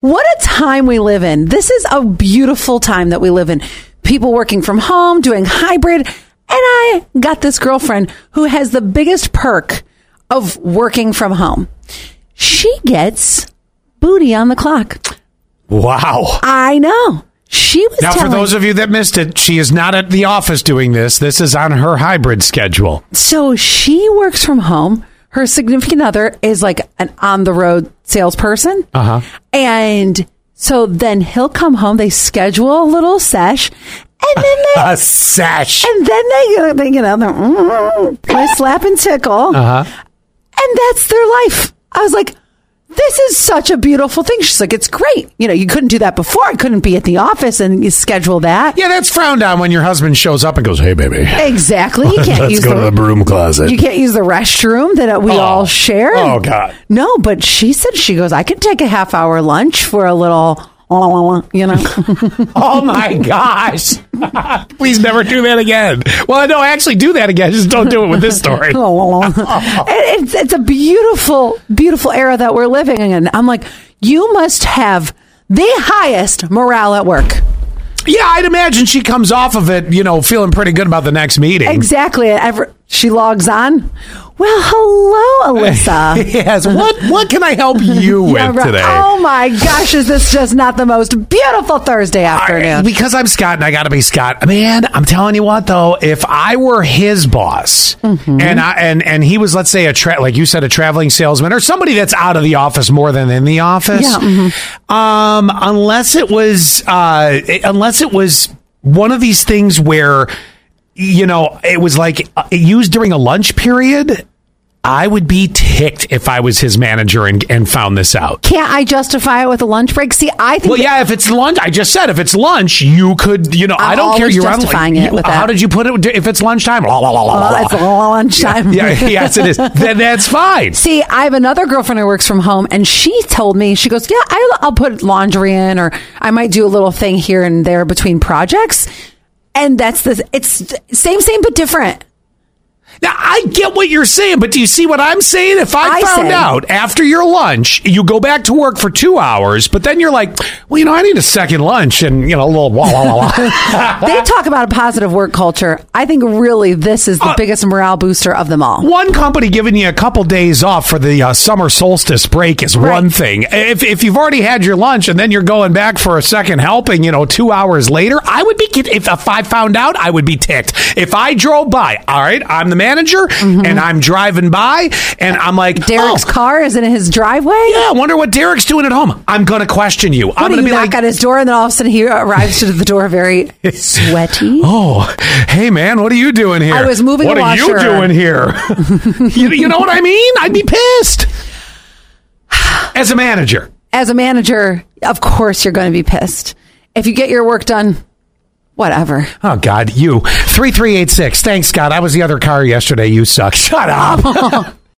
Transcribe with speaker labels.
Speaker 1: What a time we live in. This is a beautiful time that we live in. People working from home, doing hybrid. And I got this girlfriend who has the biggest perk of working from home. She gets booty on the clock.
Speaker 2: Wow.
Speaker 1: I know. She was
Speaker 2: Now, for
Speaker 1: telling-
Speaker 2: those of you that missed it, she is not at the office doing this. This is on her hybrid schedule.
Speaker 1: So she works from home. Her significant other is like an on the road salesperson.
Speaker 2: Uh-huh.
Speaker 1: And so then he'll come home. They schedule a little sesh. And then they
Speaker 2: A sesh.
Speaker 1: And then they, they you know, they're, mm, they slap and tickle.
Speaker 2: Uh-huh.
Speaker 1: And that's their life. I was like, this is such a beautiful thing. She's like, it's great. You know, you couldn't do that before. I couldn't be at the office and you schedule that.
Speaker 2: Yeah, that's frowned on when your husband shows up and goes, "Hey, baby,
Speaker 1: Exactly. You can't
Speaker 2: let's
Speaker 1: use
Speaker 2: go to the broom closet."
Speaker 1: you can't use the restroom that we
Speaker 2: Oh.
Speaker 1: all share.
Speaker 2: Oh, God.
Speaker 1: No, but she said she goes, I could take a half hour lunch for a little, you know.
Speaker 2: oh my gosh! Please never do that again. Well, no, actually, do that again. Just don't do it with this story.
Speaker 1: It- it's, it's a beautiful, beautiful era that we're living in. I'm like, you must have the highest morale at work.
Speaker 2: Yeah, I'd imagine she comes off of it, you know, feeling pretty good about the next meeting.
Speaker 1: Exactly. Ever, she logs on. Well, hello, Alyssa.
Speaker 2: yes. What What can I help you with
Speaker 1: Yeah, right.
Speaker 2: today?
Speaker 1: Oh my gosh, is this just not the most beautiful Thursday
Speaker 2: I-
Speaker 1: afternoon?
Speaker 2: because I'm Scott and I got to be Scott. Man, I'm telling you what though, if I were his boss and I and and he was let's say a tra- like you said a traveling salesman or somebody that's out of the office more than in the office.
Speaker 1: Yeah,
Speaker 2: Um unless it was uh unless it was one of these things where you know, it was like uh, used during a lunch period. I would be ticked if I was his manager and, and found this out.
Speaker 1: Can't I justify it with a lunch break? See, I think
Speaker 2: Well, yeah, if it's lunch, I just said if it's lunch, you could, you know, I'm I do not care.
Speaker 1: always
Speaker 2: You're on-
Speaker 1: justifying it
Speaker 2: you-
Speaker 1: with
Speaker 2: How
Speaker 1: that.
Speaker 2: did you put it? If it's lunchtime, la, la, la, la, la.
Speaker 1: Well, it's lunchtime.
Speaker 2: yeah, yes, it is. Then that's fine.
Speaker 1: See, I have another girlfriend who works from home, and she told me, she goes, Yeah, I, I'll put laundry in, or I might do a little thing here and there between projects. And that's the, it's same, same, but different.
Speaker 2: Now I get what you're saying, but do you see what I'm saying? If I,
Speaker 1: I
Speaker 2: found
Speaker 1: say-
Speaker 2: out after your lunch, you go back to work for two hours, but then you're like, well, you know, I need a second lunch, and you know, a little la, la, la, la.
Speaker 1: They talk about a positive work culture. I think really this is the
Speaker 2: Uh,
Speaker 1: biggest morale booster of them all.
Speaker 2: one company giving you a couple days off for the uh, summer solstice break is
Speaker 1: Right.
Speaker 2: one thing. If, if you've already had your lunch and then you're going back for a second helping, you know, two hours later, I would be, kid- if, if I found out, I would be ticked. If I drove by, all right, I'm the manager and I'm driving by and I'm like,
Speaker 1: Mm-hmm. Derek's
Speaker 2: oh,
Speaker 1: car is in his driveway.
Speaker 2: yeah, I wonder what Derek's doing at home. I'm going to question you. I'm
Speaker 1: What,
Speaker 2: going
Speaker 1: do
Speaker 2: to
Speaker 1: you
Speaker 2: be
Speaker 1: knock
Speaker 2: like,
Speaker 1: on his door, and then all of a sudden he arrives to the door very sweaty.
Speaker 2: Oh, hey man, what are you doing here?
Speaker 1: I was moving
Speaker 2: What
Speaker 1: a
Speaker 2: are you
Speaker 1: washer."
Speaker 2: doing here? you, you know what I mean? I'd be pissed as a manager.
Speaker 1: as a manager, of course you're going to be pissed. If you get your work done, whatever.
Speaker 2: Oh God, you three three eight six. Thanks, Scott. I was the other car yesterday. You suck. Shut up.